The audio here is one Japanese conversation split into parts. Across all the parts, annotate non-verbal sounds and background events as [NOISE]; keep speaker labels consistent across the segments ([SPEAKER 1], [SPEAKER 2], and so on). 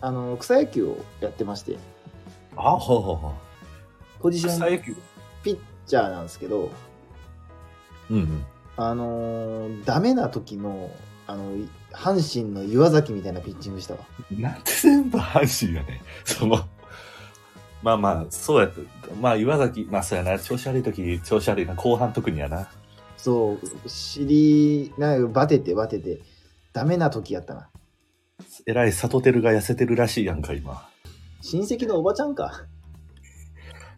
[SPEAKER 1] あの草野球をやってまして
[SPEAKER 2] あほうほうほう。
[SPEAKER 1] ポジシ
[SPEAKER 2] 草
[SPEAKER 1] ョン
[SPEAKER 2] 野球。
[SPEAKER 1] ピッチャーなんですけど
[SPEAKER 2] うんうん。
[SPEAKER 1] あのーダメな時のあのい阪神の岩崎みたいなピッチングしたわ
[SPEAKER 2] なんて全部阪神やね。 [LAUGHS] その、まあまあ、そうやって、まあ岩崎、まあそうやな、調子悪い時、調子悪いな、後半特にやな。
[SPEAKER 1] そう尻なんかバテてバテてダメな時やったな
[SPEAKER 2] えらいサトテルが痩せてるらしいやんか、今。
[SPEAKER 1] 親戚のおばちゃんか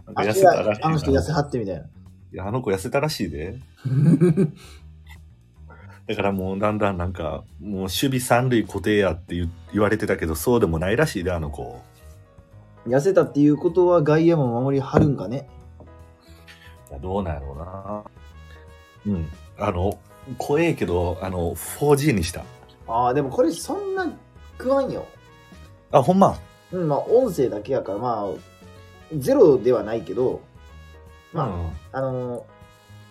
[SPEAKER 2] なん
[SPEAKER 1] あ
[SPEAKER 2] か痩
[SPEAKER 1] の
[SPEAKER 2] せたらしいな。
[SPEAKER 1] 人痩せはってみたいない [LAUGHS]
[SPEAKER 2] やあの子痩せたらしいで。だからもうだんだんなんか、もう守備三塁固定やって言言われてたけど、そうでもないらしいで、あの子。
[SPEAKER 1] 痩せたっていうことは外野も守りはるんかね
[SPEAKER 2] いやどうなんやろうな。うん。あの、怖えけど、あの、4G にした。
[SPEAKER 1] ああでもこれそんな食わんよ
[SPEAKER 2] あ、ほんま。
[SPEAKER 1] うんまあ音声だけやからまあゼロではないけどまあ、
[SPEAKER 2] うん
[SPEAKER 1] あのー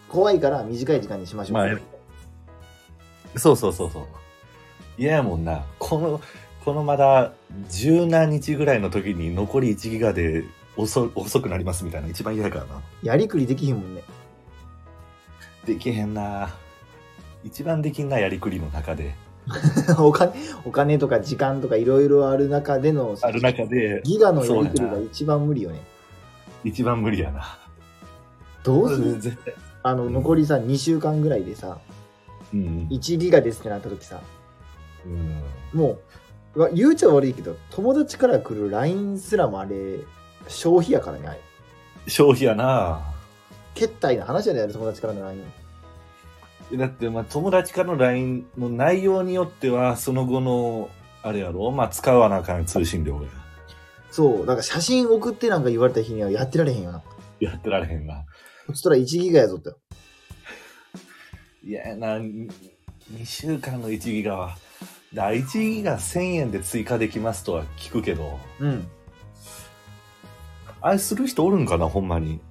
[SPEAKER 1] 怖いから短い時間にしましょう、
[SPEAKER 2] まあそうそうそうそう。嫌やもんな。この、このまだ十何日ぐらいの時に残り1ギガで遅遅くなりますみたいな一番嫌やからな。
[SPEAKER 1] やりくりできひんもんね [LAUGHS]
[SPEAKER 2] できへんな。一番できんなやりくりの中で。
[SPEAKER 1] お金お金とか時間とかいろいろある中での
[SPEAKER 2] ある中で
[SPEAKER 1] ギガのやりくりが一番無理よね
[SPEAKER 2] 一番無理やな。
[SPEAKER 1] どうする
[SPEAKER 2] 絶対。
[SPEAKER 1] あの残りさ2週間ぐらいでさ
[SPEAKER 2] うん。
[SPEAKER 1] 1ギガですってなった時さ
[SPEAKER 2] うん
[SPEAKER 1] もううわ言うちゃ悪いけど友達から来る LINE すらもあれ消費やからねあれ
[SPEAKER 2] 消費やな。
[SPEAKER 1] 決対な話やね友達からの LINE
[SPEAKER 2] だって、まあ、友達からの LINE の内容によっては、その後の、あれやろ、まあ、使わなあかん通信量が。
[SPEAKER 1] そうだから写真送ってなんか言われた日にはやってられへんよな
[SPEAKER 2] やってられへんな。
[SPEAKER 1] そしたら1ギガやぞって
[SPEAKER 2] いやな、2週間の1ギガは、だ1ギガ1000円で追加できますとは聞くけど、
[SPEAKER 1] うん
[SPEAKER 2] あれする人おるんかな、ほんまに。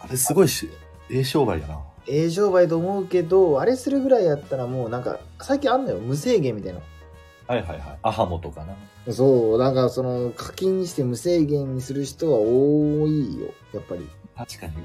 [SPEAKER 2] あれすごいし、ええ商売やな。
[SPEAKER 1] ええ商売と思うけどあれするぐらいやったらもうなんか最近あんのよ無制限みたいな
[SPEAKER 2] はいはいはい。アハモとかな。
[SPEAKER 1] そう、なんかその課金して無制限にする人は多いよ、やっぱり。
[SPEAKER 2] 確かに。